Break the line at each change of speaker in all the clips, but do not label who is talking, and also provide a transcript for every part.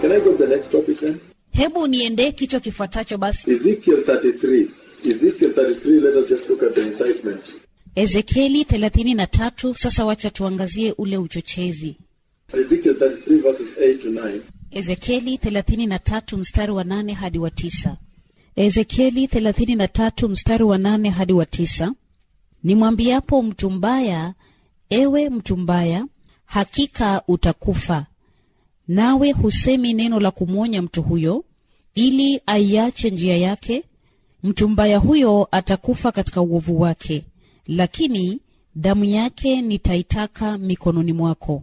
Can I go to the next topic then?
Hebu niendee kichwa kifuatacho basi.
Ezekiel 33. Ezekiel 33, let us just look at the incitement.
Ezekieli thelathini na tatu. Sasa wacha tuangazie ule uchochezi.
Ezekiel 33, verses 8 to 9.
Ezekieli thelathini na tatu mstari wa nane hadi wa tisa. Ezekieli thelathini na tatu mstari wa nane hadi wa tisa. Nimwambiapo mtu mbaya, ewe mtu mbaya, hakika utakufa, nawe husemi neno la kumwonya mtu huyo, ili aiache njia yake, mtu mbaya huyo atakufa katika uovu wake, lakini damu yake nitaitaka mikononi mwako.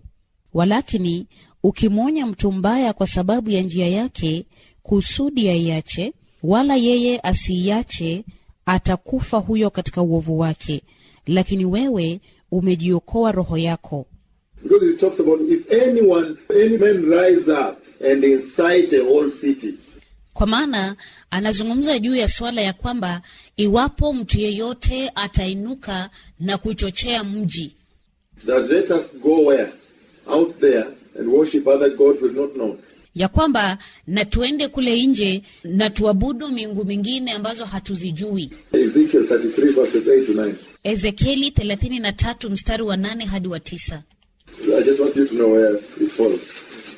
Walakini ukimwonya mtu mbaya kwa sababu ya njia yake, kusudi aiache, wala yeye asiiache, atakufa huyo katika uovu wake, lakini wewe umejiokoa roho yako.
Because it talks about if anyone, any man rise up and incite a whole city.
Kwa maana anazungumza juu ya suala ya kwamba iwapo mtu yeyote atainuka na kuchochea mji,
that let us go where? Out there and worship other gods will not know.
ya kwamba na tuende kule nje na tuabudu miungu mingine ambazo hatuzijui.
Ezekiel 33 verses 8 to 9.
Ezekieli 33 mstari wa 8 hadi wa 9.
I just want you to know where it falls.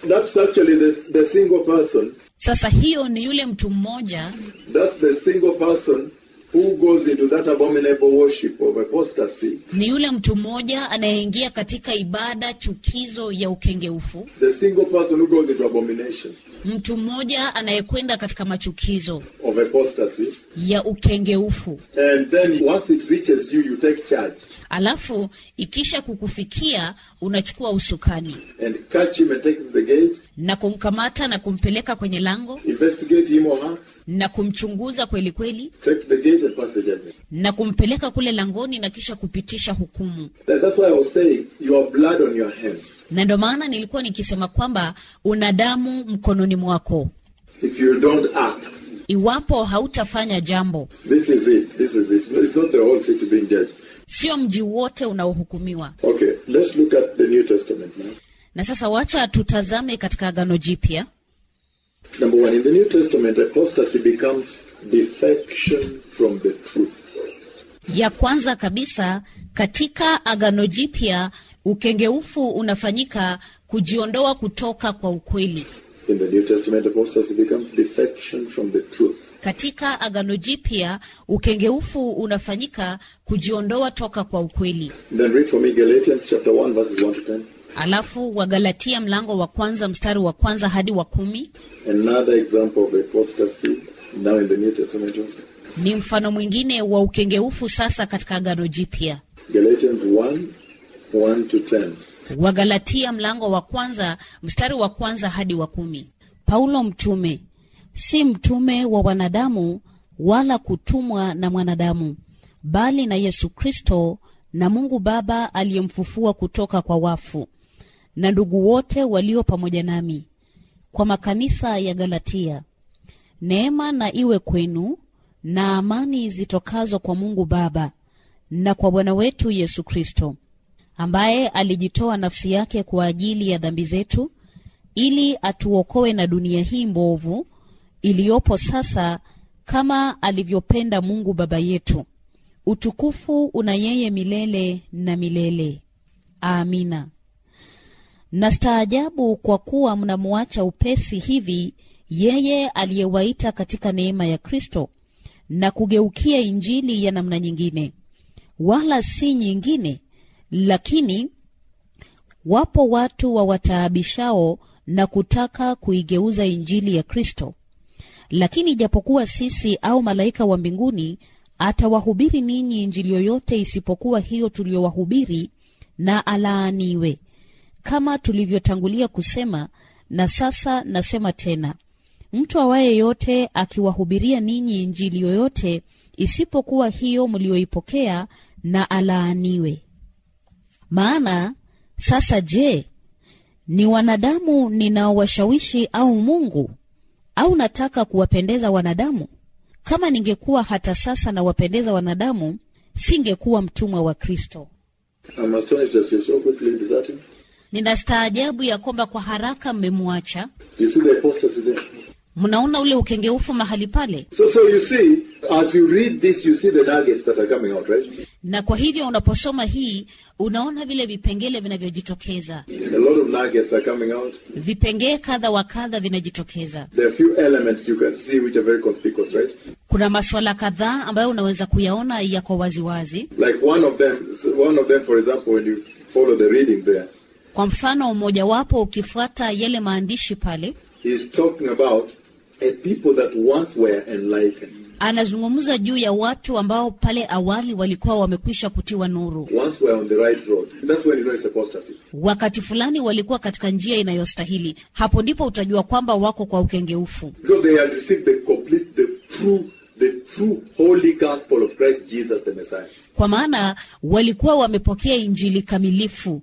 That's actually the, the single person.
Sasa hiyo ni yule mtu mmoja,
That's the single person who goes into that abominable worship of apostasy.
ni yule mtu mmoja anayeingia katika ibada chukizo ya ukengeufu,
The single person who goes into abomination
mtu mmoja anayekwenda katika machukizo
of apostasy.
ya ukengeufu.
And then once it reaches you, you take charge
alafu ikisha kukufikia unachukua usukani
and catch him and take him to the gate,
na kumkamata na kumpeleka kwenye lango
investigate him or her,
na kumchunguza kweli kweli
take to the gate and pass the judgment.
na kumpeleka kule langoni na kisha kupitisha hukumu
That- That's why I was saying you have blood on your hands.
na ndo maana nilikuwa nikisema kwamba una damu mkononi mwako
If you don't act,
iwapo hautafanya jambo
this is it. This is it. It's not the whole city being judged.
sio mji wote unaohukumiwa
Okay, let's look at the New Testament now.
na sasa wacha tutazame katika agano jipya
Number one, in the New Testament, apostasy becomes defection from the truth.
ya kwanza kabisa katika agano jipya ukengeufu unafanyika kujiondoa kutoka kwa ukweli
In the New Testament, apostasy becomes defection from the truth.
katika agano jipya ukengeufu unafanyika kujiondoa toka kwa ukweli
Then read for me Galatians chapter 1, verses 1 to 10.
alafu wagalatia mlango wa kwanza mstari wa kwanza hadi wa kumi
Another example of apostasy, now in the New Testament also.
ni mfano mwingine wa ukengeufu sasa katika agano jipya
Galatians 1, 1 to 10.
Wagalatia mlango wa kwanza mstari wa kwanza hadi wa kumi. Paulo mtume, si mtume wa wanadamu, wala kutumwa na mwanadamu, bali na Yesu Kristo na Mungu Baba aliyemfufua kutoka kwa wafu, na ndugu wote walio pamoja nami, kwa makanisa ya Galatia. Neema na iwe kwenu na amani zitokazo kwa Mungu Baba na kwa Bwana wetu Yesu Kristo, ambaye alijitoa nafsi yake kwa ajili ya dhambi zetu, ili atuokoe na dunia hii mbovu iliyopo sasa, kama alivyopenda Mungu Baba yetu. Utukufu una yeye milele na milele. Amina. Na staajabu kwa kuwa mnamwacha upesi hivi yeye aliyewaita katika neema ya Kristo na kugeukia injili ya namna nyingine, wala si nyingine, lakini wapo watu wawataabishao na kutaka kuigeuza injili ya Kristo. Lakini ijapokuwa sisi au malaika wa mbinguni atawahubiri ninyi injili yoyote isipokuwa hiyo tuliyowahubiri, na alaaniwe. Kama tulivyotangulia kusema, na sasa nasema tena, mtu awaye yote akiwahubiria ninyi injili yoyote isipokuwa hiyo mliyoipokea, na alaaniwe. Maana sasa, je, ni wanadamu ninaowashawishi au Mungu? Au nataka kuwapendeza wanadamu? Kama ningekuwa hata sasa nawapendeza wanadamu, singekuwa mtumwa wa Kristo.
I'm astonished that you're so quickly deserting.
ninastaajabu ya kwamba kwa haraka mmemwacha.
You see the apostasy there.
Mnaona ule ukengeufu mahali pale,
So, so you see, as you read this, you see the nuggets that are coming out, right?
na kwa hivyo unaposoma hii unaona vile vipengele vinavyojitokeza,
A lot of nuggets are coming out.
vipengee kadha wa kadha vinajitokeza.
There are a few elements you can see which are very conspicuous, right?
Kuna maswala kadhaa ambayo unaweza kuyaona yako waziwazi.
Like one of them, one of them, for example, when you follow the reading there,
Kwa mfano mmojawapo, ukifuata yale maandishi pale,
he's talking about a people that once were enlightened,
anazungumza juu ya watu ambao pale awali walikuwa wamekwisha kutiwa nuru,
once were on the right road. That's when you know it's apostasy.
wakati fulani walikuwa katika njia inayostahili. Hapo ndipo utajua kwamba wako kwa ukengeufu,
Because they had received the complete, the true, the true holy gospel of Christ Jesus the Messiah.
kwa maana walikuwa wamepokea injili kamilifu,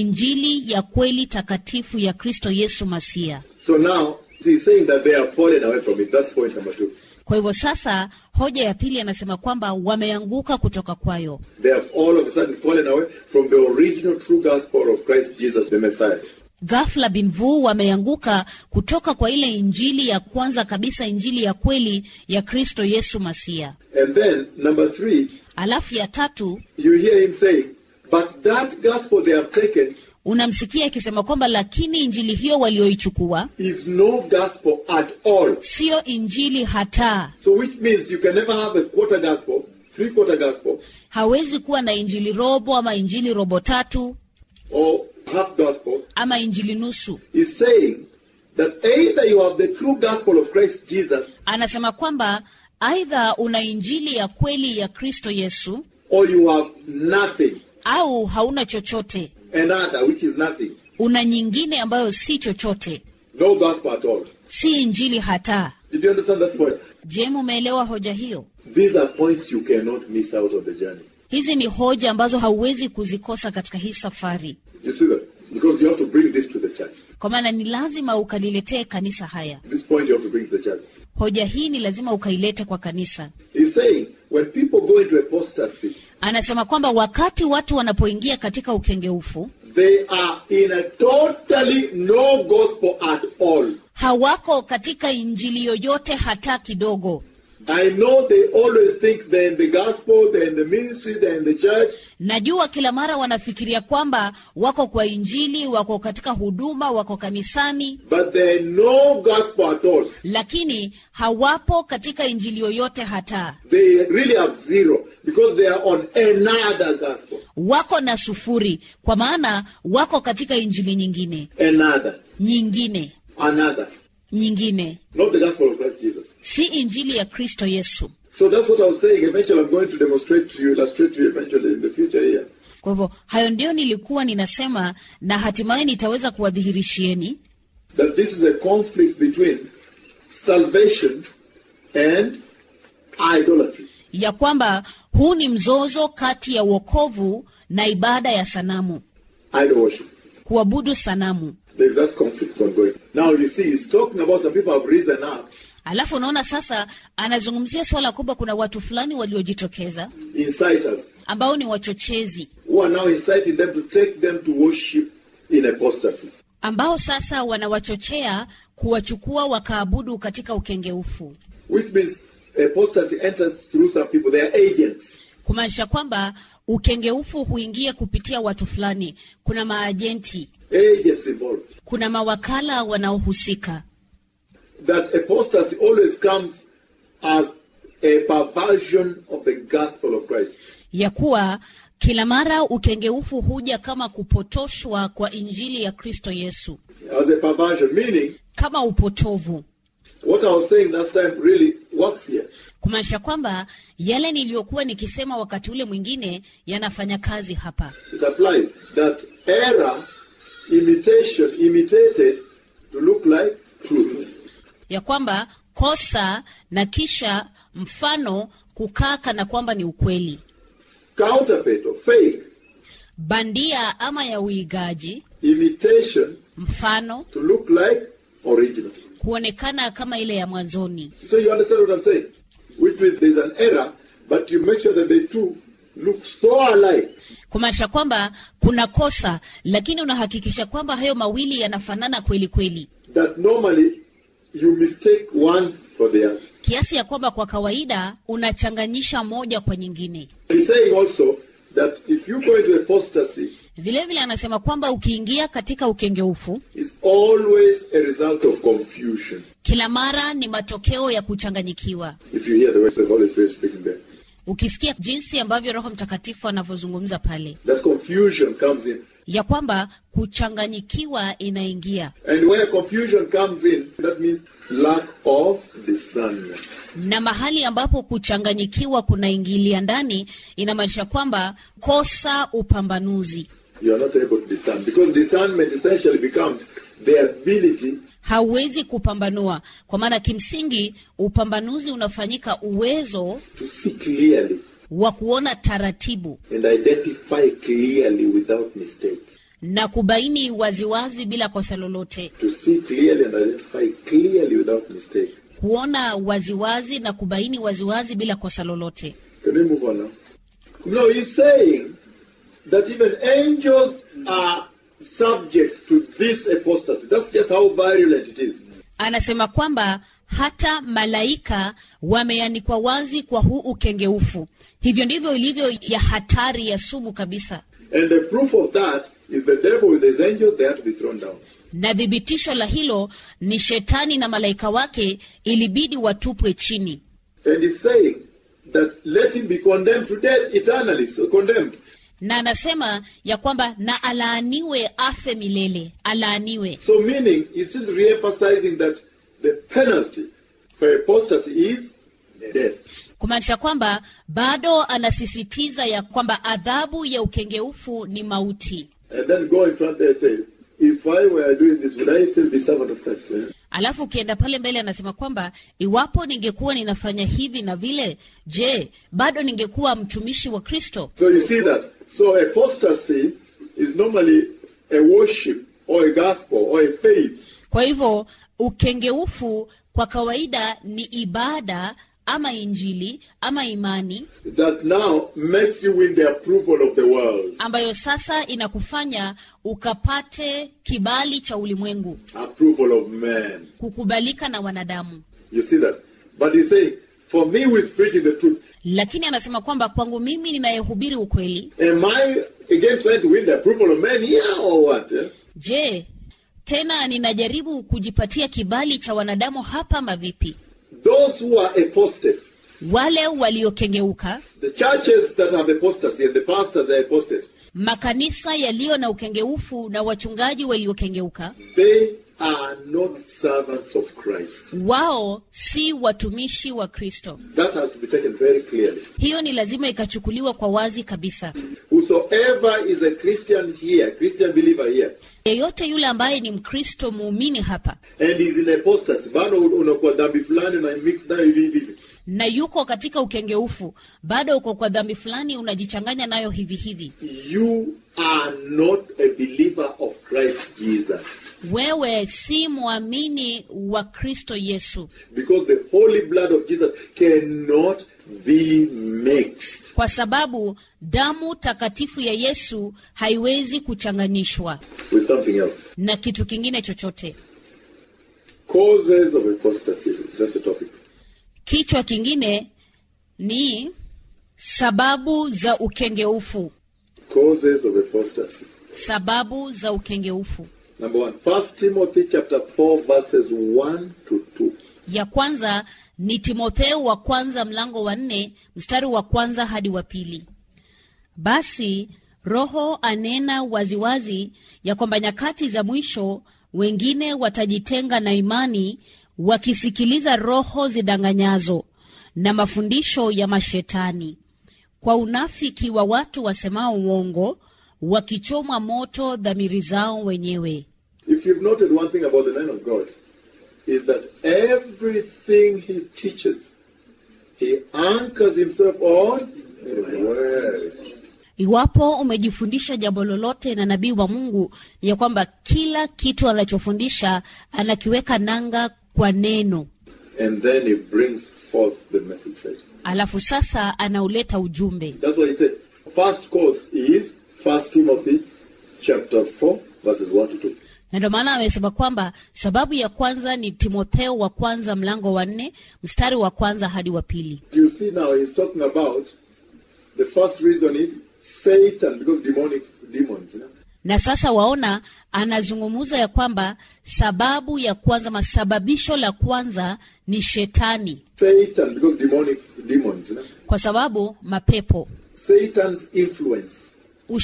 injili ya kweli takatifu ya Kristo Yesu Masia.
So now he's saying that they have fallen away from it. That's point number two.
Kwa hivyo sasa, hoja ya pili anasema kwamba wameanguka kutoka kwayo,
They have all of a sudden fallen away from the original true gospel of Christ Jesus the Messiah.
ghafla binvu wameanguka kutoka kwa ile injili ya kwanza kabisa, injili ya kweli ya Kristo Yesu Masia.
And then number three,
Alafu ya tatu
you hear him saying, But that gospel they have taken
unamsikia akisema kwamba lakini injili hiyo walioichukua
is no gospel at all.
siyo injili hata.
So which means you can never have a quarter gospel, three quarter gospel,
Hawezi kuwa na injili robo ama injili robo tatu
or half gospel.
ama injili nusu.
He's saying that either you have the true gospel of Christ Jesus
Anasema kwamba aidha una injili ya kweli ya Kristo Yesu
or you have nothing.
au hauna chochote,
Another which is nothing.
una nyingine ambayo si chochote,
No gospel at all.
si injili hata.
Did you understand that point?
Je, mumeelewa hoja hiyo?
These are points you cannot miss out on the journey.
Hizi ni hoja ambazo hauwezi kuzikosa katika hii safari,
You see that? Because you have to bring this to the church.
kwa maana ni lazima ukaliletee kanisa haya.
This point you have to bring to the church.
Hoja hii ni lazima ukailete kwa kanisa.
He's saying when people go into apostasy,
Anasema kwamba wakati watu wanapoingia katika ukengeufu,
they are in a totally no gospel at all.
hawako katika injili yoyote hata kidogo.
I know they always think they're in the gospel, they're in the ministry, they're in the church,
Najua kila mara wanafikiria kwamba wako kwa injili, wako katika huduma, wako kanisani,
but they're no gospel at all.
lakini hawapo katika injili yoyote hata.
They really have zero because they are on another gospel.
Wako na sufuri, kwa maana wako katika injili nyingine
Another.
nyingine
Another.
nyingine,
Not the gospel of Christ Jesus.
si injili ya Kristo Yesu.
So that's what I was saying. Eventually, I'm going to demonstrate to you, illustrate to you eventually in the future here.
Kwa hivyo hayo ndiyo nilikuwa ninasema, na hatimaye nitaweza kuwadhihirishieni
that this is a conflict between salvation and idolatry.
ya kwamba huu ni mzozo kati ya uokovu na ibada ya sanamu,
Idol worship.
kuabudu sanamu.
There's that conflict ongoing. Now you see, he's talking about some people have risen up
Alafu unaona sasa, anazungumzia suala kwamba kuna watu fulani waliojitokeza
inciters
ambao ni wachochezi,
who are now inciting them to take them to worship in apostasy.
ambao sasa wanawachochea kuwachukua wakaabudu katika ukengeufu,
Which means apostasy enters through some people. They are agents.
kumaanisha kwamba ukengeufu huingia kupitia watu fulani. Kuna maajenti,
Agents involved.
kuna mawakala wanaohusika.
That apostasy always comes as a perversion of the gospel of Christ.
ya kuwa kila mara ukengeufu huja kama kupotoshwa kwa injili ya Kristo Yesu,
As a perversion, meaning
kama upotovu,
What I was saying last time really works here.
kumaanisha kwamba yale niliyokuwa nikisema wakati ule mwingine yanafanya kazi hapa,
It applies that error, imitation, imitated to look like truth.
ya kwamba kosa na kisha mfano kukaa kana kwamba ni ukweli
Counterfeit or fake,
bandia ama ya uigaji,
imitation
mfano
to look like original.
kuonekana kama ile ya mwanzoni.
So you understand what I'm saying? Which means there's an error, but you make sure that the two look so alike
kumaanisha kwamba kuna kosa, lakini unahakikisha kwamba hayo mawili yanafanana kweli kweli,
that normally you mistake one for the other.
kiasi ya kwamba kwa kawaida unachanganyisha moja kwa nyingine.
He's saying also that if you go into apostasy,
Vilevile anasema kwamba ukiingia katika ukengeufu,
it's always a result of confusion.
kila mara ni matokeo ya kuchanganyikiwa.
If you hear the voice of the Holy Spirit speaking there,
Ukisikia jinsi ambavyo Roho Mtakatifu anavyozungumza pale,
that confusion comes in.
ya kwamba kuchanganyikiwa inaingia,
And where confusion comes in, that means lack of discernment.
na mahali ambapo kuchanganyikiwa kunaingilia ndani, inamaanisha kwamba kosa upambanuzi.
You are not able to discern because discernment essentially becomes the ability
hauwezi kupambanua, kwa maana kimsingi upambanuzi unafanyika uwezo
to see clearly
wa kuona taratibu
and identify clearly without mistake.
na kubaini waziwazi bila kosa lolote,
To see clearly and identify clearly without mistake.
kuona waziwazi na kubaini waziwazi bila kosa lolote.
Can we move on now? No, he's saying that even angels are subject to this apostasy. That's just how virulent it is.
Anasema kwamba hata malaika wameanikwa wazi kwa huu ukengeufu. Hivyo ndivyo ilivyo ya hatari ya sugu kabisa,
And the proof of that is the devil with his angels, they had to be thrown down.
na thibitisho la hilo ni shetani na malaika wake ilibidi watupwe chini.
And he's saying that let him be condemned to death eternally, so condemned.
na anasema ya kwamba na alaaniwe afe milele, alaaniwe.
So meaning he's still re-emphasizing that the penalty for apostasy is death.
Kumaanisha kwamba bado anasisitiza ya kwamba adhabu ya ukengeufu ni mauti.
And then go in front there and say, if I were doing this, would I still be servant of Christ? Eh?
Alafu ukienda pale mbele anasema kwamba iwapo ningekuwa ninafanya hivi na vile, je, bado ningekuwa mtumishi wa Kristo?
So you see that. So apostasy is normally a worship or a gospel or a faith
Kwa hivyo ukengeufu kwa kawaida ni ibada ama injili ama imani
that now makes you win the approval of the world.
ambayo sasa inakufanya ukapate kibali cha ulimwengu,
approval of man.
kukubalika na wanadamu.
You see that? But he's saying, for me who is preaching the truth,
Lakini anasema kwamba kwangu mimi ninayehubiri ukweli,
am I again trying to win the approval of men here or what? eh?
je, tena ninajaribu kujipatia kibali cha wanadamu hapa ama vipi?
Those who are apostates,
Wale waliokengeuka,
the churches that have apostasy and the pastors are apostate,
makanisa yaliyo na ukengeufu na wachungaji waliokengeuka,
they are not servants of Christ.
wao si watumishi wa Kristo.
That has to be taken very clearly.
Hiyo ni lazima ikachukuliwa kwa wazi kabisa.
Whosoever is a Christian here, Christian believer here,
Yeyote yule ambaye ni Mkristo muumini hapa
and is in apostasy, bado unakuwa dhambi fulani na mix nayo hivi hivi.
na yuko katika ukengeufu, bado uko kwa dhambi fulani, unajichanganya nayo hivi hivi,
You are not a believer of Christ Jesus.
wewe si mwamini wa Kristo Yesu,
Because the holy blood of Jesus cannot be mixed.
kwa sababu damu takatifu ya Yesu haiwezi kuchanganyishwa
With something else.
na kitu kingine chochote.
Causes of apostasy. That's the topic.
Kichwa kingine ni sababu za ukengeufu,
Causes of apostasy.
sababu za ukengeufu.
Number one, First Timothy chapter 4, verses 1 to 2.
Ya kwanza ni Timotheo wa kwanza mlango wa nne mstari wa kwanza hadi wa pili. Basi Roho anena waziwazi ya kwamba nyakati za mwisho wengine watajitenga na imani, wakisikiliza roho zidanganyazo na mafundisho ya mashetani, kwa unafiki wa watu wasemao uongo, wakichomwa moto dhamiri zao wenyewe.
If you've noted one thing about the man of God, is that everything he teaches, he anchors himself on the word.
Iwapo umejifundisha jambo lolote na nabii wa Mungu ni ya kwamba kila kitu anachofundisha anakiweka nanga kwa neno,
And then he brings forth the message. right?
alafu sasa anauleta ujumbe
That's why he said, first cause is First Timothy chapter 4, verses 1 to 2.
na ndio maana amesema kwamba sababu ya kwanza ni timotheo wa kwanza mlango wa nne mstari wa kwanza hadi wa pili
You see now he's talking about the first reason is Satan, because demonic demons. yeah?
na sasa waona anazungumza ya kwamba sababu ya kwanza masababisho la kwanza ni shetani
Satan, because demonic demons. yeah?
kwa sababu mapepo
Satan's influence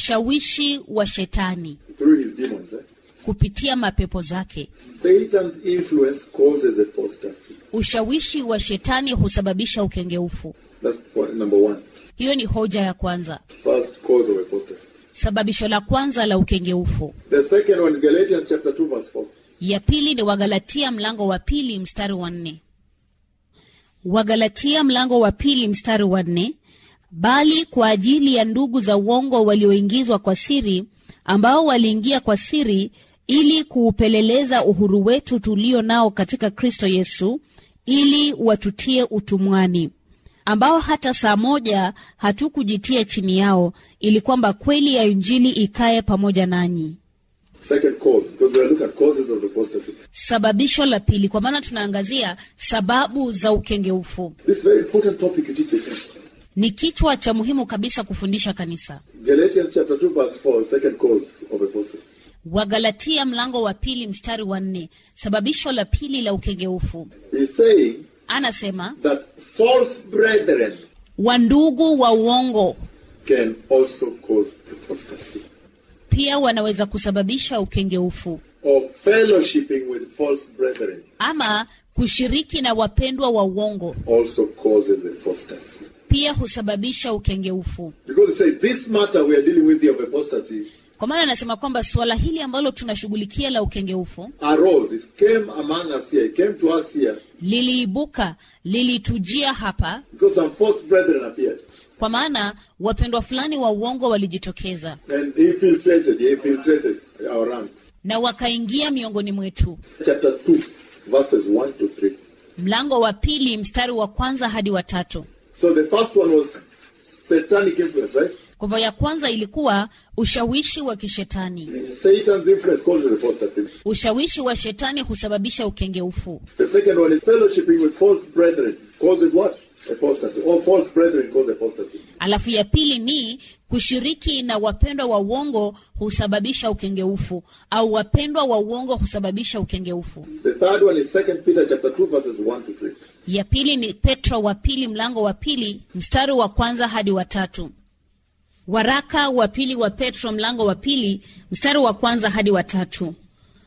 ushawishi wa shetani
through his demons. yeah?
kupitia mapepo zake
Satan's influence causes apostasy.
ushawishi wa shetani husababisha ukengeufu
That's point number one.
hiyo ni hoja ya kwanza
First cause of apostasy.
sababisho la kwanza la ukengeufu
The second one is Galatians chapter 2, verse 4.
ya pili ni wagalatia mlango wa pili mstari wa nne wagalatia mlango wa pili mstari wa nne bali kwa ajili ya ndugu za uongo walioingizwa kwa siri ambao waliingia kwa siri ili kuupeleleza uhuru wetu tulio nao katika kristo yesu ili watutie utumwani ambao hata saa moja hatukujitia chini yao ili kwamba kweli ya injili ikae pamoja nanyi
Second cause, because we are looking at causes of apostasy.
sababisho la pili kwa maana tunaangazia sababu za ukengeufu
This is a very important topic you teach the church.
ni kichwa cha muhimu kabisa kufundisha kanisa
Galatians chapter 2, verse 4, second cause of apostasy.
wagalatia mlango wa pili mstari wa nne sababisho la pili la ukengeufu
He's saying
anasema
that false brethren
wandugu wa uongo
can also cause apostasy.
pia wanaweza kusababisha ukengeufu
Or fellowshipping with false brethren
ama kushiriki na wapendwa wa uongo
also causes apostasy.
pia husababisha ukengeufu
Because he said, this matter we are dealing with here of apostasy
kwa maana anasema kwamba suala hili ambalo tunashughulikia la ukengeufu
arose. It came among us here. It came to us here
liliibuka lilitujia hapa
because some false brethren appeared.
kwa maana wapendwa fulani wa uongo walijitokeza
And he infiltrated, he infiltrated our ranks.
na wakaingia miongoni mwetu
Chapter 2, verses 1 to 3.
mlango wa pili mstari wa kwanza hadi wa tatu
So the first one was satanic influence, right?
kwa hivyo ya kwanza ilikuwa ushawishi wa kishetani
Satan's influence causes apostasy.
ushawishi wa shetani husababisha ukengeufu
The second one is fellowshipping with false brethren causes what? Apostasy. Or false brethren cause apostasy.
alafu ya pili ni kushiriki na wapendwa wa uongo husababisha ukengeufu au wapendwa wa uongo husababisha ukengeufu
The third one is Second Peter chapter 2, verses 1 to 3.
ya pili ni petro wa pili mlango wa pili mstari wa kwanza hadi wa tatu waraka wa pili wa petro mlango wa pili mstari wa kwanza hadi wa tatu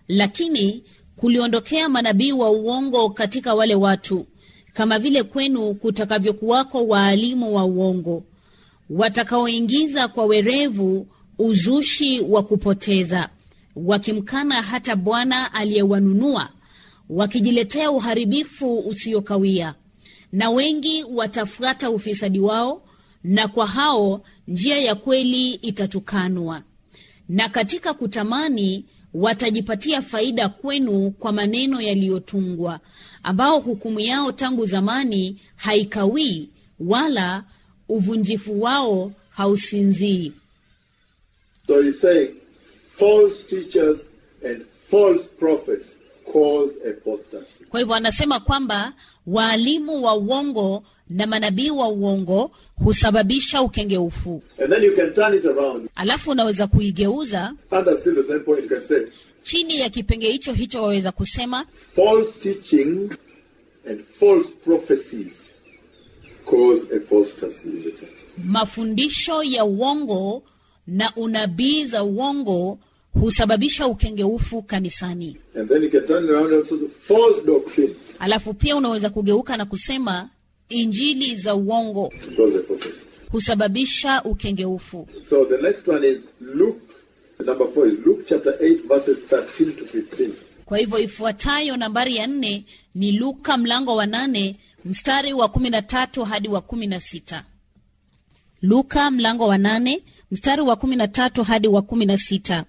lakini kuliondokea manabii wa uongo katika wale watu kama vile kwenu kutakavyokuwako waalimu wa uongo watakaoingiza kwa werevu uzushi wa kupoteza wakimkana hata bwana aliyewanunua wakijiletea uharibifu usiokawia na wengi watafuata ufisadi wao na kwa hao njia ya kweli itatukanwa na katika kutamani watajipatia faida kwenu kwa maneno yaliyotungwa ambao hukumu yao tangu zamani haikawii wala uvunjifu wao hausinzii
So he's saying false teachers and false prophets cause apostasy.
kwa hivyo anasema kwamba waalimu wa uongo na manabii wa uongo husababisha ukengeufu
And then you can turn it around.
alafu unaweza kuigeuza
Under still the same point, you can say
chini ya kipenge hicho hicho waweza kusema
false teachings and false prophecies cause apostasy in the church.
mafundisho ya uongo na unabii za uongo husababisha ukengeufu kanisani
And then you can turn it around and also say false doctrine
alafu pia unaweza kugeuka na kusema injili za uongo
cause apostasy.
husababisha ukengeufu
So the next one is Luke. Number four is Luke chapter 8, verses 13 to 15.
kwa hivyo ifuatayo nambari ya nne ni luka mlango wa nane mstari wa kumi na tatu hadi wa kumi na sita luka mlango wa nane mstari wa kumi na tatu hadi wa kumi na sita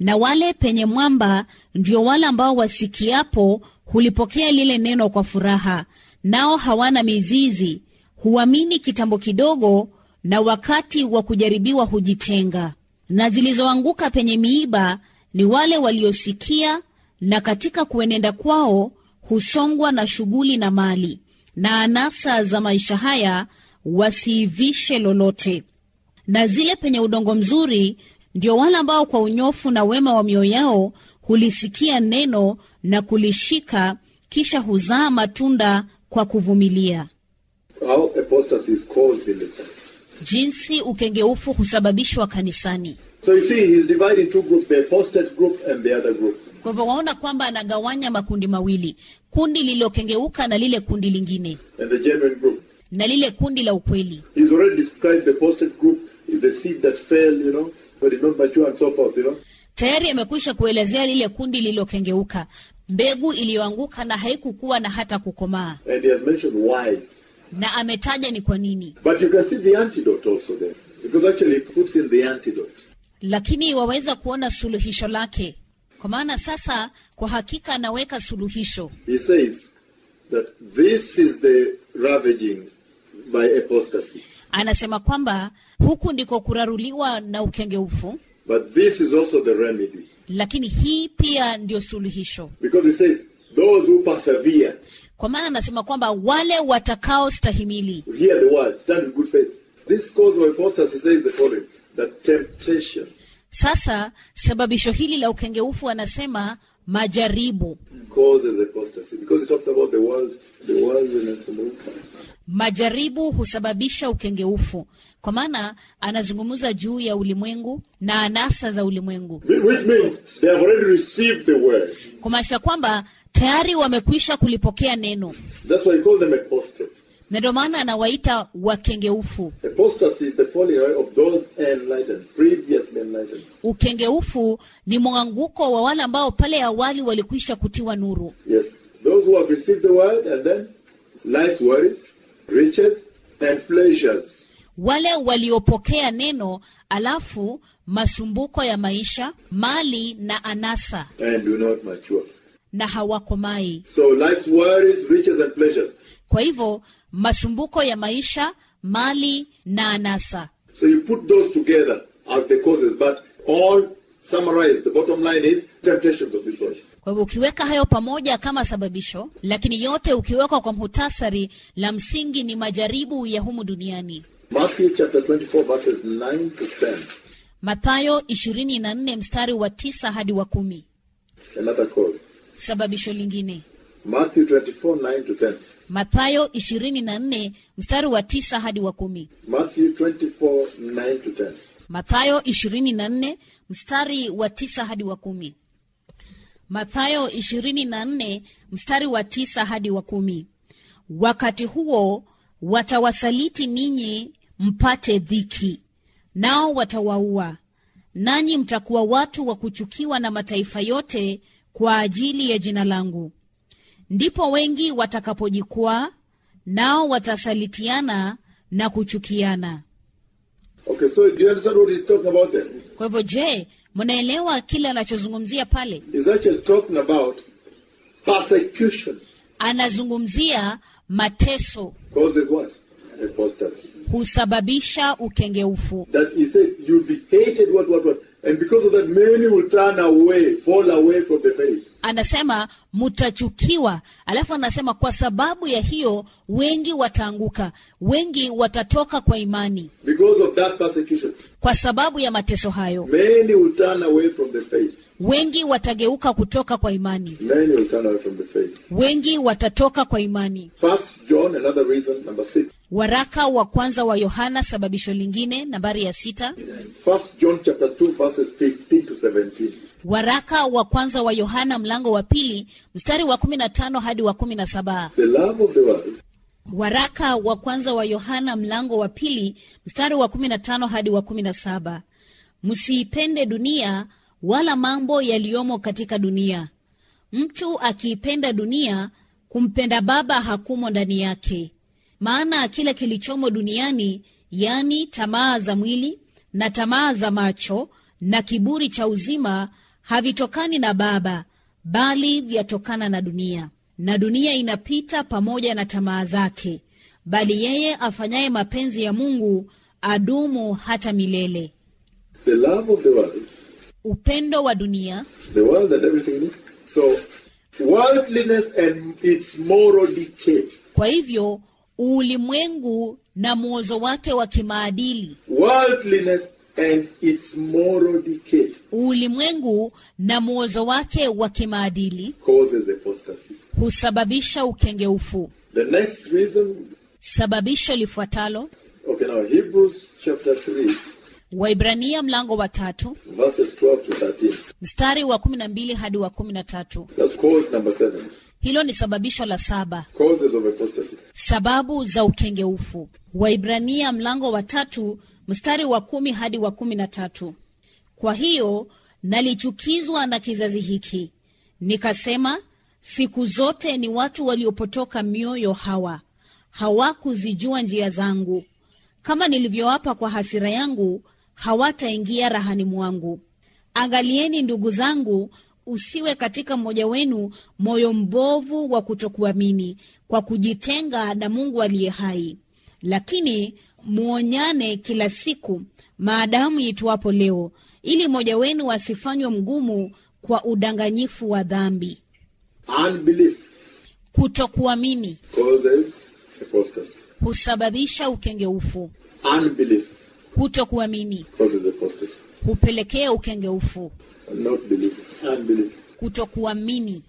na wale penye mwamba ndio wale ambao wasikiapo hulipokea lile neno kwa furaha nao hawana mizizi huamini kitambo kidogo, na wakati wa kujaribiwa hujitenga. Na zilizoanguka penye miiba ni wale waliosikia, na katika kuenenda kwao husongwa na shughuli na mali na anasa za maisha haya, wasiivishe lolote. Na zile penye udongo mzuri ndio wale ambao kwa unyofu na wema wa mioyo yao hulisikia neno na kulishika, kisha huzaa matunda kwa kuvumilia.
How apostasy is caused in the church.
Jinsi ukengeufu husababishwa kanisani.
So you see, he's dividing two groups, the apostate group and the other group.
Kwa hivyo waona kwamba anagawanya makundi mawili, kundi lililokengeuka na lile kundi lingine,
and the genuine group.
na lile kundi la ukweli.
He's already described the apostate group is the seed that fell, you know, but is not mature and so forth, you know.
Tayari amekwisha kuelezea lile kundi lililokengeuka, mbegu iliyoanguka na haikukuwa na hata kukomaa,
And he has mentioned why.
na ametaja ni kwa nini.
But you can see the antidote also there, because actually he puts in the antidote.
lakini waweza kuona suluhisho lake, kwa maana sasa kwa hakika anaweka suluhisho.
He says that this is the ravaging by apostasy,
Anasema kwamba huku ndiko kuraruliwa na ukengeufu,
but this is also the remedy,
lakini hii pia ndio suluhisho,
because he says those who persevere,
kwa maana anasema kwamba wale watakaostahimili.
who hear the word, stand with good faith. This cause of apostasy says the following: that temptation,
Sasa sababisho hili la ukengeufu anasema majaribu.
causes apostasy because it talks about the world, the worldliness and all.
Majaribu husababisha ukengeufu, kwa maana anazungumza juu ya ulimwengu na anasa za ulimwengu.
Which means they have already received the word.
kumaanisha kwamba tayari wamekwisha kulipokea neno,
That's why I call them apostates.
na ndio maana anawaita wakengeufu.
Apostasy is the falling away of those enlightened, previously enlightened.
Ukengeufu ni mwanguko wa wale ambao pale awali walikwisha kutiwa nuru,
Yes. Those who have received the word and then life's worries, riches, and pleasures.
wale waliopokea neno, alafu masumbuko ya maisha, mali na anasa,
And do not mature.
na hawakomai.
So life's worries, riches, and pleasures.
Kwa hivyo masumbuko ya maisha, mali na anasa.
So you put those together as the causes, but all summarized. The bottom line is temptations of this world.
Kwa hivyo ukiweka hayo pamoja kama sababisho, lakini yote ukiwekwa kwa muhtasari, la msingi ni majaribu ya humu duniani.
Matthew chapter 24, verses 9 to 10.
Mathayo 24 mstari wa tisa hadi wa kumi.
Another cause.
Sababisho lingine
Matthew 24, 9 to 10.
Mathayo 24 mstari wa tisa hadi wa kumi.
Matthew 24, 9 to 10.
Mathayo 24 mstari wa tisa hadi wa kumi. Mathayo 24 mstari wa tisa hadi wa kumi. Wakati huo watawasaliti ninyi mpate dhiki, nao watawaua, nanyi mtakuwa watu wa kuchukiwa na mataifa yote kwa ajili ya jina langu. Ndipo wengi watakapojikwaa, nao watasalitiana na kuchukiana.
Okay, so do you understand what he's talking about there?
Kwa hivyo je, mnaelewa kile anachozungumzia pale?
He's actually talking about persecution
Anazungumzia mateso
causes what? Apostasy.
husababisha ukengeufu,
That he said, you'll be hated, what, what, what. And because of that, many will turn away, fall away from the faith.
anasema mtachukiwa. Alafu anasema kwa sababu ya hiyo wengi wataanguka, wengi watatoka kwa imani
Because of that persecution,
kwa sababu ya mateso hayo.
many will turn away from the faith.
Wengi watageuka kutoka kwa imani,
Many will turn away from the faith.
wengi watatoka kwa imani.
First John, another reason, number six.
Waraka wa kwanza wa Yohana, sababisho lingine, nambari ya sita.
First John chapter 2, verses 15 to 17.
Waraka wa kwanza wa Yohana mlango wa pili mstari wa kumi na tano hadi wa kumi na saba.
The love of the world
Waraka wa kwanza wa Yohana mlango wa pili mstari wa kumi na tano hadi wa kumi na saba. Msiipende dunia wala mambo yaliyomo katika dunia. Mtu akiipenda dunia, kumpenda Baba hakumo ndani yake. Maana kila kilichomo duniani, yani tamaa za mwili na tamaa za macho na kiburi cha uzima, havitokani na Baba, bali vyatokana na dunia. Na dunia inapita pamoja na tamaa zake, bali yeye afanyaye mapenzi ya Mungu adumu hata milele.
The love of the world,
Upendo wa dunia,
the world and everything in it. So, worldliness and its moral decay.
kwa hivyo ulimwengu na mwozo wake wa kimaadili,
Worldliness and its moral decay
ulimwengu na mwozo wake wa kimaadili
causes apostasy.
husababisha ukengeufu.
The next reason,
Sababisho lifuatalo,
okay, now Hebrews chapter 3,
Waibrania mlango wa tatu
verses 12 to 13.
mstari wa kumi na mbili hadi wa kumi na tatu.
That's cause number seven,
Hilo ni sababisho la saba.
causes of apostasy.
sababu za ukengeufu waibrania mlango wa tatu mstari wa kumi hadi wa kumi na tatu kwa hiyo nalichukizwa na kizazi hiki nikasema siku zote ni watu waliopotoka mioyo hawa hawakuzijua njia zangu kama nilivyowapa kwa hasira yangu hawataingia rahani mwangu angalieni ndugu zangu usiwe katika mmoja wenu moyo mbovu wa kutokuamini kwa kujitenga na mungu aliye hai lakini muonyane kila siku maadamu itwapo leo ili mmoja wenu asifanywe mgumu kwa udanganyifu wa dhambi
Unbelief
kutokuamini
causes apostasy.
husababisha ukengeufu
Unbelief
kutokuamini
causes apostasy.
hupelekea ukengeufu
Not believing. Unbelief.
kutokuamini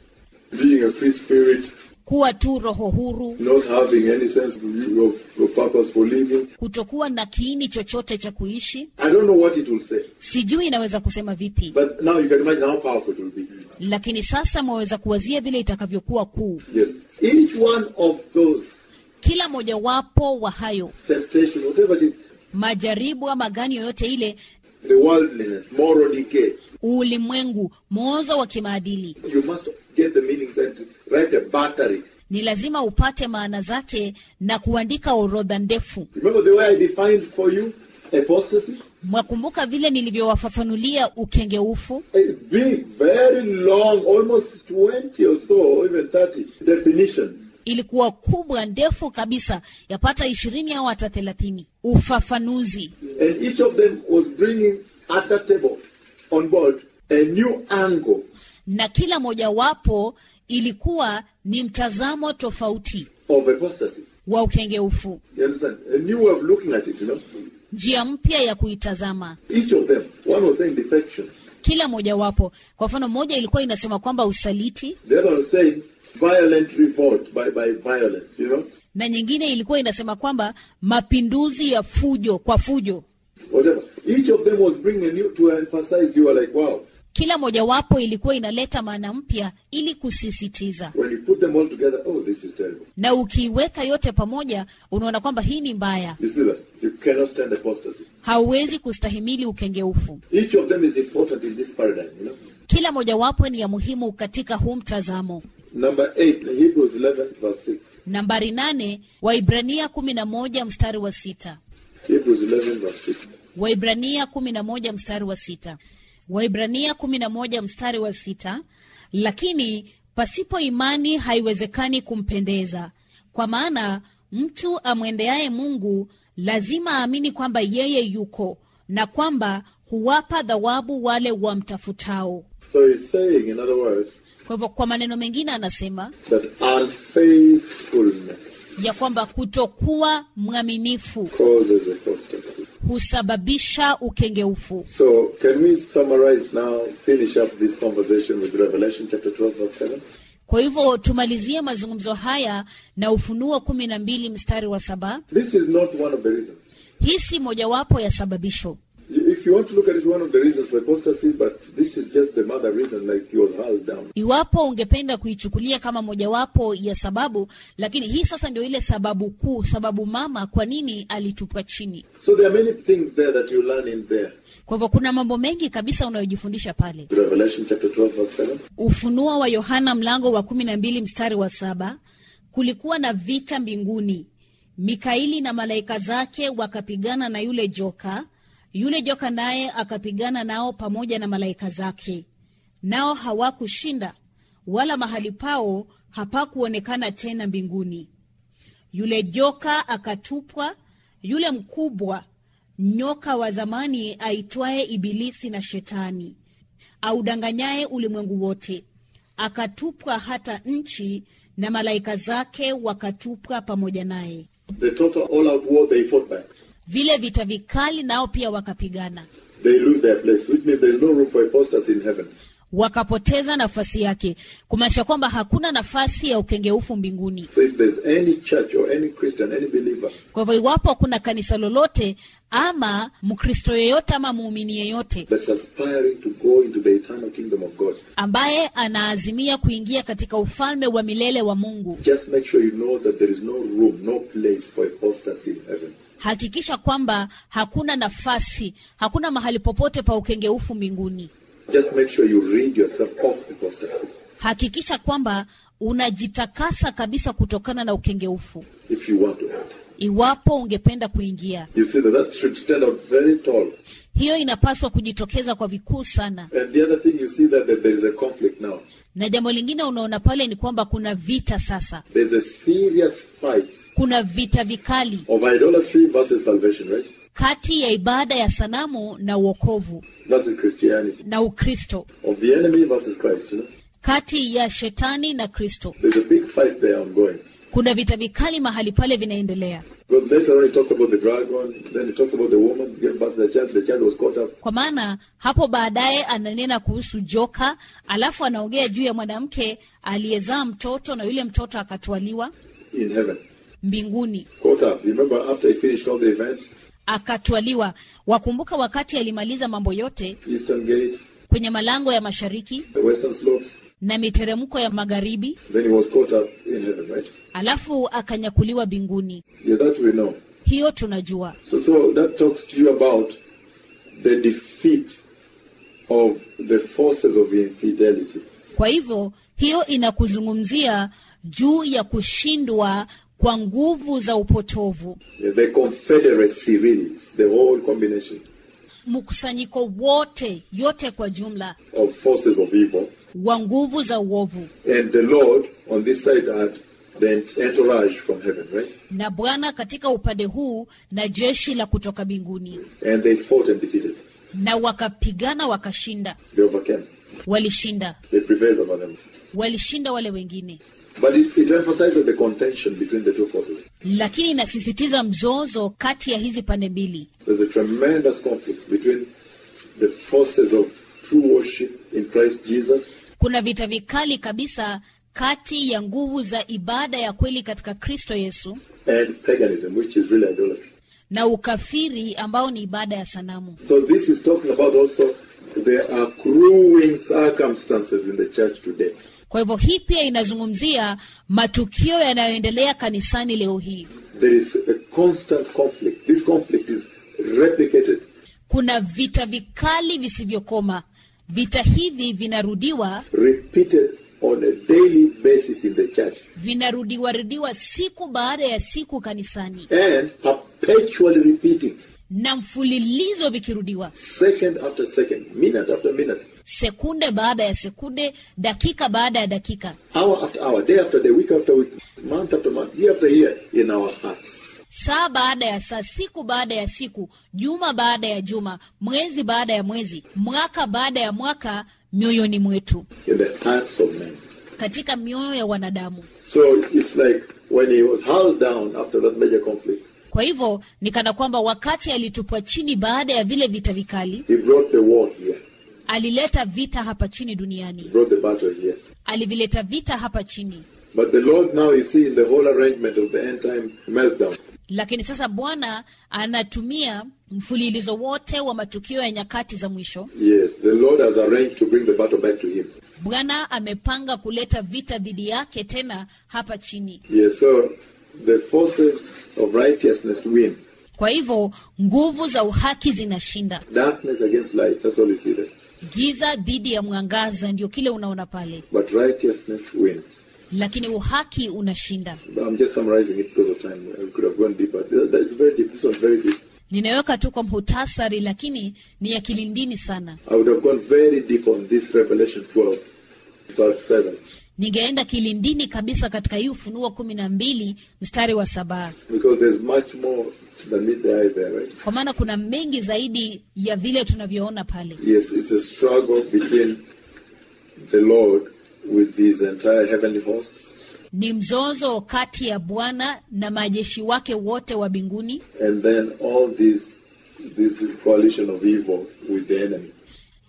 Being a free spirit,
kuwa tu roho huru
not having any sense of, of purpose for living.
kutokuwa na kiini chochote cha kuishi
I don't know what it will say,
sijui inaweza kusema vipi
but now you can imagine how powerful it will be.
lakini sasa mwaweza kuwazia vile itakavyokuwa kuu
Yes. Each one of those
kila mojawapo wa hayo
temptation, whatever it is,
majaribu ama gani yoyote ile
the worldliness, moral decay,
ulimwengu mwozo wa kimaadili
you must get the meanings and write a battery.
ni lazima upate maana zake na kuandika orodha ndefu
Remember the way I defined for you apostasy?
mwakumbuka vile nilivyowafafanulia ukengeufu
A big, very long, almost 20 or so, or even 30 definition.
ilikuwa kubwa ndefu kabisa yapata ishirini au hata thelathini ufafanuzi
And each of them was bringing at that table on board a new angle
na kila mojawapo ilikuwa ni mtazamo tofauti
of apostasy.
wa ukengeufu
You understand? A new way of looking at it, you know?
njia mpya ya kuitazama
Each of them, one was saying defection,
kila mojawapo kwa mfano moja ilikuwa inasema kwamba usaliti
the other was saying violent revolt by, by violence, you know?
na nyingine ilikuwa inasema kwamba mapinduzi ya fujo kwa fujo
Whatever. Each of them was bringing a new, to emphasize, you are like, wow.
kila mojawapo ilikuwa inaleta maana mpya ili kusisitiza
When you put them all together, oh, this is terrible.
na ukiiweka yote pamoja unaona kwamba hii ni mbaya
You see that? You cannot stand apostasy.
hauwezi kustahimili ukengeufu
Each of them is important in this paradigm, you know.
kila mojawapo ni ya muhimu katika huu mtazamo
Number eight, Hebrews 11, verse 6.
nambari nane waibrania kumi na moja mstari wa sita
Hebrews 11, verse 6.
waibrania kumi na moja mstari wa sita waibrania kumi na moja mstari wa sita lakini pasipo imani haiwezekani kumpendeza kwa maana mtu amwendeaye mungu lazima aamini kwamba yeye yuko na kwamba huwapa thawabu wale wamtafutao
So he's saying, in other words,
kwa hivyo kwa maneno mengine anasema
that unfaithfulness
ya kwamba kutokuwa mwaminifu
causes apostasy.
husababisha ukengeufu
So, can we summarize now, finish up this conversation with Revelation chapter 12, verse 7?
kwa hivyo tumalizie mazungumzo haya na ufunuo kumi na mbili mstari wa saba
This is not one of the reasons.
hii si mojawapo ya sababisho
You- If you want to look at it, one of the reasons for apostasy, but this is just the mother reason, like he was hurled down.
iwapo ungependa kuichukulia kama mojawapo ya sababu lakini hii sasa ndio ile sababu kuu sababu mama kwa nini alitupwa chini
So, there are many things there that you learn in there.
kwa hivyo kuna mambo mengi kabisa unayojifundisha pale
Revelation chapter 12, verse 7.
ufunuo wa yohana mlango wa kumi na mbili mstari wa saba kulikuwa na vita mbinguni mikaili na malaika zake wakapigana na yule joka yule joka naye akapigana nao pamoja na malaika zake nao hawakushinda wala mahali pao hapakuonekana tena mbinguni Yule joka akatupwa, yule mkubwa nyoka wa zamani aitwaye Ibilisi na Shetani, audanganyaye ulimwengu wote, akatupwa hata nchi, na malaika zake wakatupwa pamoja naye.
The total all out war they fought back.
Vile vita vikali nao pia wakapigana,
They lose their place, which means there's no room for impostors in heaven.
wakapoteza nafasi yake, kumaanisha kwamba hakuna nafasi ya ukengeufu mbinguni.
So if there's any church or any Christian, any believer
Kwa hivyo iwapo kuna kanisa lolote ama Mkristo yeyote ama muumini yeyote
that's aspiring to go into the eternal kingdom of God,
ambaye anaazimia kuingia katika ufalme wa milele wa Mungu,
just make sure you know that there is no room, no place for apostasy in heaven.
hakikisha kwamba hakuna nafasi, hakuna mahali popote pa ukengeufu mbinguni.
Just make sure you rid yourself of apostasy.
Hakikisha kwamba unajitakasa kabisa kutokana na ukengeufu,
if you want to enter.
iwapo ungependa kuingia.
You see that that should stand out very tall.
Hiyo inapaswa kujitokeza kwa vikuu sana.
And the other thing you see that, that there is a conflict now.
Na jambo lingine unaona pale ni kwamba kuna vita sasa,
There's a serious fight
kuna vita vikali
of idolatry versus salvation, right?
kati ya ibada ya sanamu na uokovu
Versus Christianity.
na Ukristo,
Of the enemy versus Christ. You know?
kati ya shetani na Kristo.
There's a big fight there ongoing.
Kuna vita vikali mahali pale vinaendelea,
Because later on it talks about the dragon, then it talks about the woman gave birth to the child, the child was caught up.
kwa maana hapo baadaye ananena kuhusu joka, alafu anaongea juu ya mwanamke aliyezaa mtoto na yule mtoto akatwaliwa
in heaven.
mbinguni,
Caught up. Remember, after he finished all the events,
akatwaliwa. Wakumbuka wakati alimaliza mambo yote
eastern gates,
kwenye malango ya mashariki
the western slopes,
na miteremko ya magharibi,
then he was caught up in heaven, right?
alafu akanyakuliwa mbinguni.
Yeah, that we know.
Hiyo tunajua.
So, so that talks to you about the defeat of the forces of infidelity.
Kwa hivyo hiyo inakuzungumzia juu ya kushindwa kwa nguvu za upotovu,
Yeah, the confederacy really, it's the whole combination
mkusanyiko wote yote kwa jumla
of forces of evil.
wa nguvu za uovu.
And the Lord on this side had the entourage from heaven, right?
Na Bwana katika upande huu na jeshi la kutoka mbinguni,
And they fought and defeated.
na wakapigana wakashinda,
They overcame.
walishinda,
They prevailed over them.
walishinda wale wengine.
But it, it emphasizes the contention between the two forces.
Lakini inasisitiza mzozo kati ya hizi pande mbili.
There's a tremendous conflict between the forces of true worship in Christ Jesus
Kuna vita vikali kabisa kati ya nguvu za ibada ya kweli katika Kristo Yesu
and paganism, which is really idolatry.
na ukafiri ambao ni ibada ya sanamu.
So this is talking about also the accruing circumstances in the church today.
Kwa hivyo hii pia inazungumzia matukio yanayoendelea kanisani leo hii.
There is a constant conflict. This conflict is replicated.
Kuna vita vikali visivyokoma. Vita hivi vinarudiwa,
repeated on a daily basis in the church
vinarudiwa rudiwa siku baada ya siku kanisani,
and perpetually repeating
na mfululizo vikirudiwa,
second after second, minute after minute,
sekunde baada ya sekunde, dakika baada ya dakika,
hour after hour, day after day, week after week, month after month, year after year in our hearts.
saa baada ya saa, siku baada ya siku, juma baada ya juma, mwezi baada ya mwezi, mwaka baada ya mwaka, mioyoni mwetu.
In the hearts of men.
katika mioyo ya wanadamu.
So it's like when he was held down after that major conflict,
Kwa hivyo ni kana kwamba wakati alitupwa chini baada ya vile vita vikali,
he brought the war here,
alileta vita hapa chini
he
duniani,
brought the battle here.
alivileta vita hapa chini.
But the Lord now you see in the whole arrangement of the end time meltdown,
Lakini sasa Bwana anatumia mfululizo wote wa matukio ya nyakati za mwisho.
yes, the Lord has arranged to bring the battle back to him.
Bwana amepanga kuleta vita dhidi yake tena hapa chini.
Yes, so the forces of righteousness win.
Kwa hivyo nguvu za uhaki zinashinda,
Darkness against light, that's all you see there.
giza dhidi ya mwangaza, ndio kile unaona pale,
But righteousness wins.
lakini uhaki unashinda.
I'm just summarizing it because of time. I could have gone deeper. Th- That's very deep. This one's very deep.
ninaweka tu kwa mhutasari, lakini ni ya kilindini sana.
I would have gone very deep on this Revelation 12, verse 7.
ningeenda kilindini kabisa katika hii ufunuo kumi na mbili mstari wa saba
because there's much more than meet the eye there, right?
kwa maana kuna mengi zaidi ya vile tunavyoona pale
Yes, it's a struggle between the Lord with his entire heavenly hosts
ni mzozo kati ya bwana na majeshi wake wote wa mbinguni
and then all these this coalition of evil with the enemy.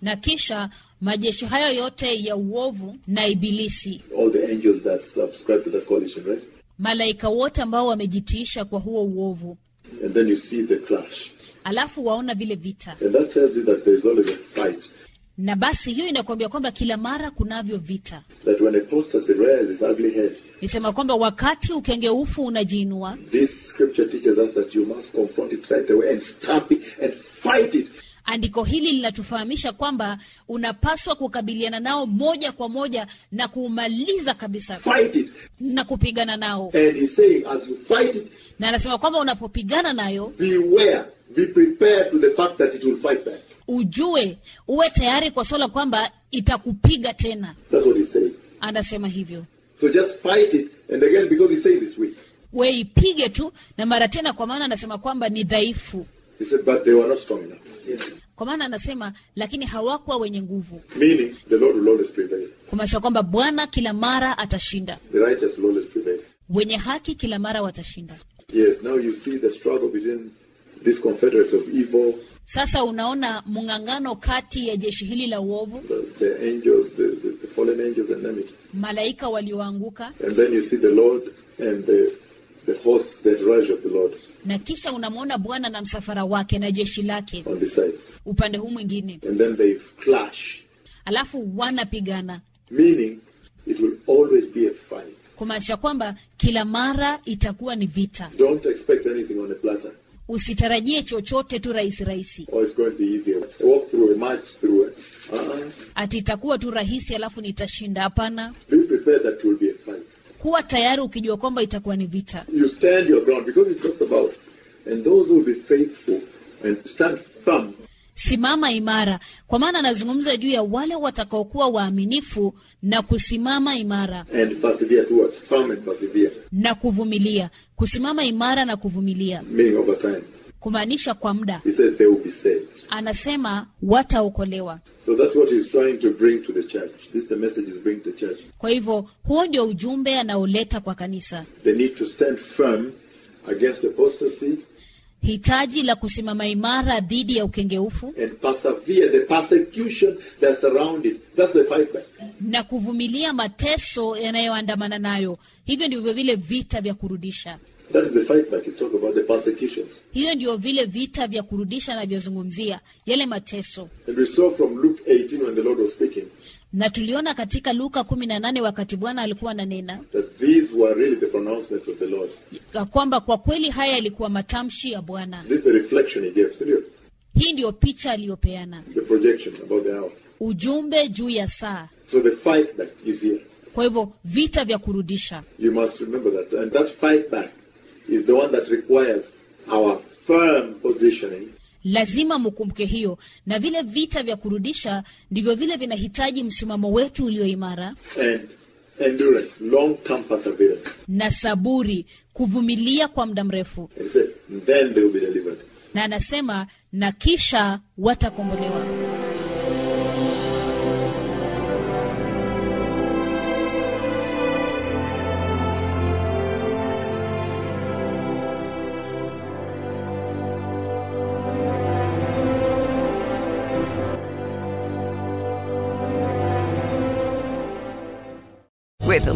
na kisha majeshi hayo yote ya uovu na ibilisi
All the angels that subscribe to that coalition, right?
malaika wote ambao wamejitiisha kwa huo uovu
And then you see the clash.
alafu waona vile vita
And that tells you that there's always a fight.
na basi hiyo inakuambia kwamba kila mara kunavyo vita
That when apostasy rears its ugly head,
nisema kwamba wakati ukengeufu unajiinua
this scripture teaches us that you must confront it right away and stamp it and fight it.
andiko hili linatufahamisha kwamba unapaswa kukabiliana nao moja kwa moja na kuumaliza kabisa
Fight it.
na kupigana nao
And he's saying, as you fight it,
na anasema kwamba unapopigana nayo
beware, be prepared to the fact that it will fight back.
ujue uwe tayari kwa swala kwamba itakupiga tena
That's what he's saying.
anasema hivyo
So just fight it. And again, because he says it's weak.
weipige tu na mara tena kwa maana anasema kwamba ni dhaifu
He said, but they were not strong enough.
kwa maana anasema lakini hawakuwa wenye nguvu
Meaning, the Lord will always prevail.
kumaanisha kwamba bwana kila mara atashinda
The righteous will always prevail.
wenye haki kila mara watashinda
Yes, now you see the struggle between this confederacy of evil,
sasa unaona mng'ang'ano kati ya jeshi hili la uovu
the, the angels, the, the, the fallen angels, and them it.
malaika walioanguka
And then you see the Lord and the, the hosts that rise of the Lord
na kisha unamwona bwana na msafara wake na jeshi lake
on this side.
upande huu mwingine
And then they clash.
alafu wanapigana
Meaning, it will always be a fight.
kumaanisha kwamba kila mara itakuwa ni vita
Don't expect anything on a platter,
usitarajie chochote tu rahisi rahisi
or it's going to be easier. A walk through, a march through. Uh-uh.
ati itakuwa tu rahisi alafu nitashinda hapana
Be prepared that it will be a fight.
kuwa tayari ukijua kwamba itakuwa ni vita
You stand your ground because it talks about, and those who will be faithful and stand firm
simama imara kwa maana anazungumza juu ya wale watakaokuwa waaminifu na kusimama imara
and persevere towards firm and persevere,
na kuvumilia kusimama imara na kuvumilia
meaning over time.
kumaanisha kwa muda
He said they will be saved.
anasema wataokolewa
So that's what he's trying to bring to the church. This is the message he's bringing to the church.
kwa hivyo huo ndio ujumbe anaoleta kwa kanisa
They need to stand firm against apostasy
hitaji la kusimama imara dhidi ya ukengeufu
and persevere the persecution that surround it. That's the fight back.
na kuvumilia mateso yanayoandamana nayo hivyo ndivyo vile vita vya kurudisha
That's the fight back. He's talking about the persecutions.
hivyo ndio vile vita vya kurudisha navyozungumzia yale mateso
And we saw from Luke 18 when the Lord was speaking
na tuliona katika luka 18 wakati bwana alikuwa ananena
that these were really the pronouncements of the Lord.
ya kwamba kwa kweli haya yalikuwa matamshi ya bwana
This is the reflection he gave. Serious.
hii ndiyo picha aliyopeana
The projection about the hour.
ujumbe juu ya saa
So the fight back is here.
kwa hivyo vita vya kurudisha
You must remember that. And that fight back is the one that requires our firm positioning
lazima mkumbuke hiyo na vile vita vya kurudisha ndivyo vile vinahitaji msimamo wetu ulio imara
and endurance, long term perseverance.
na saburi kuvumilia kwa muda mrefu
And he said, then they will be delivered.
na anasema na kisha watakombolewa
With the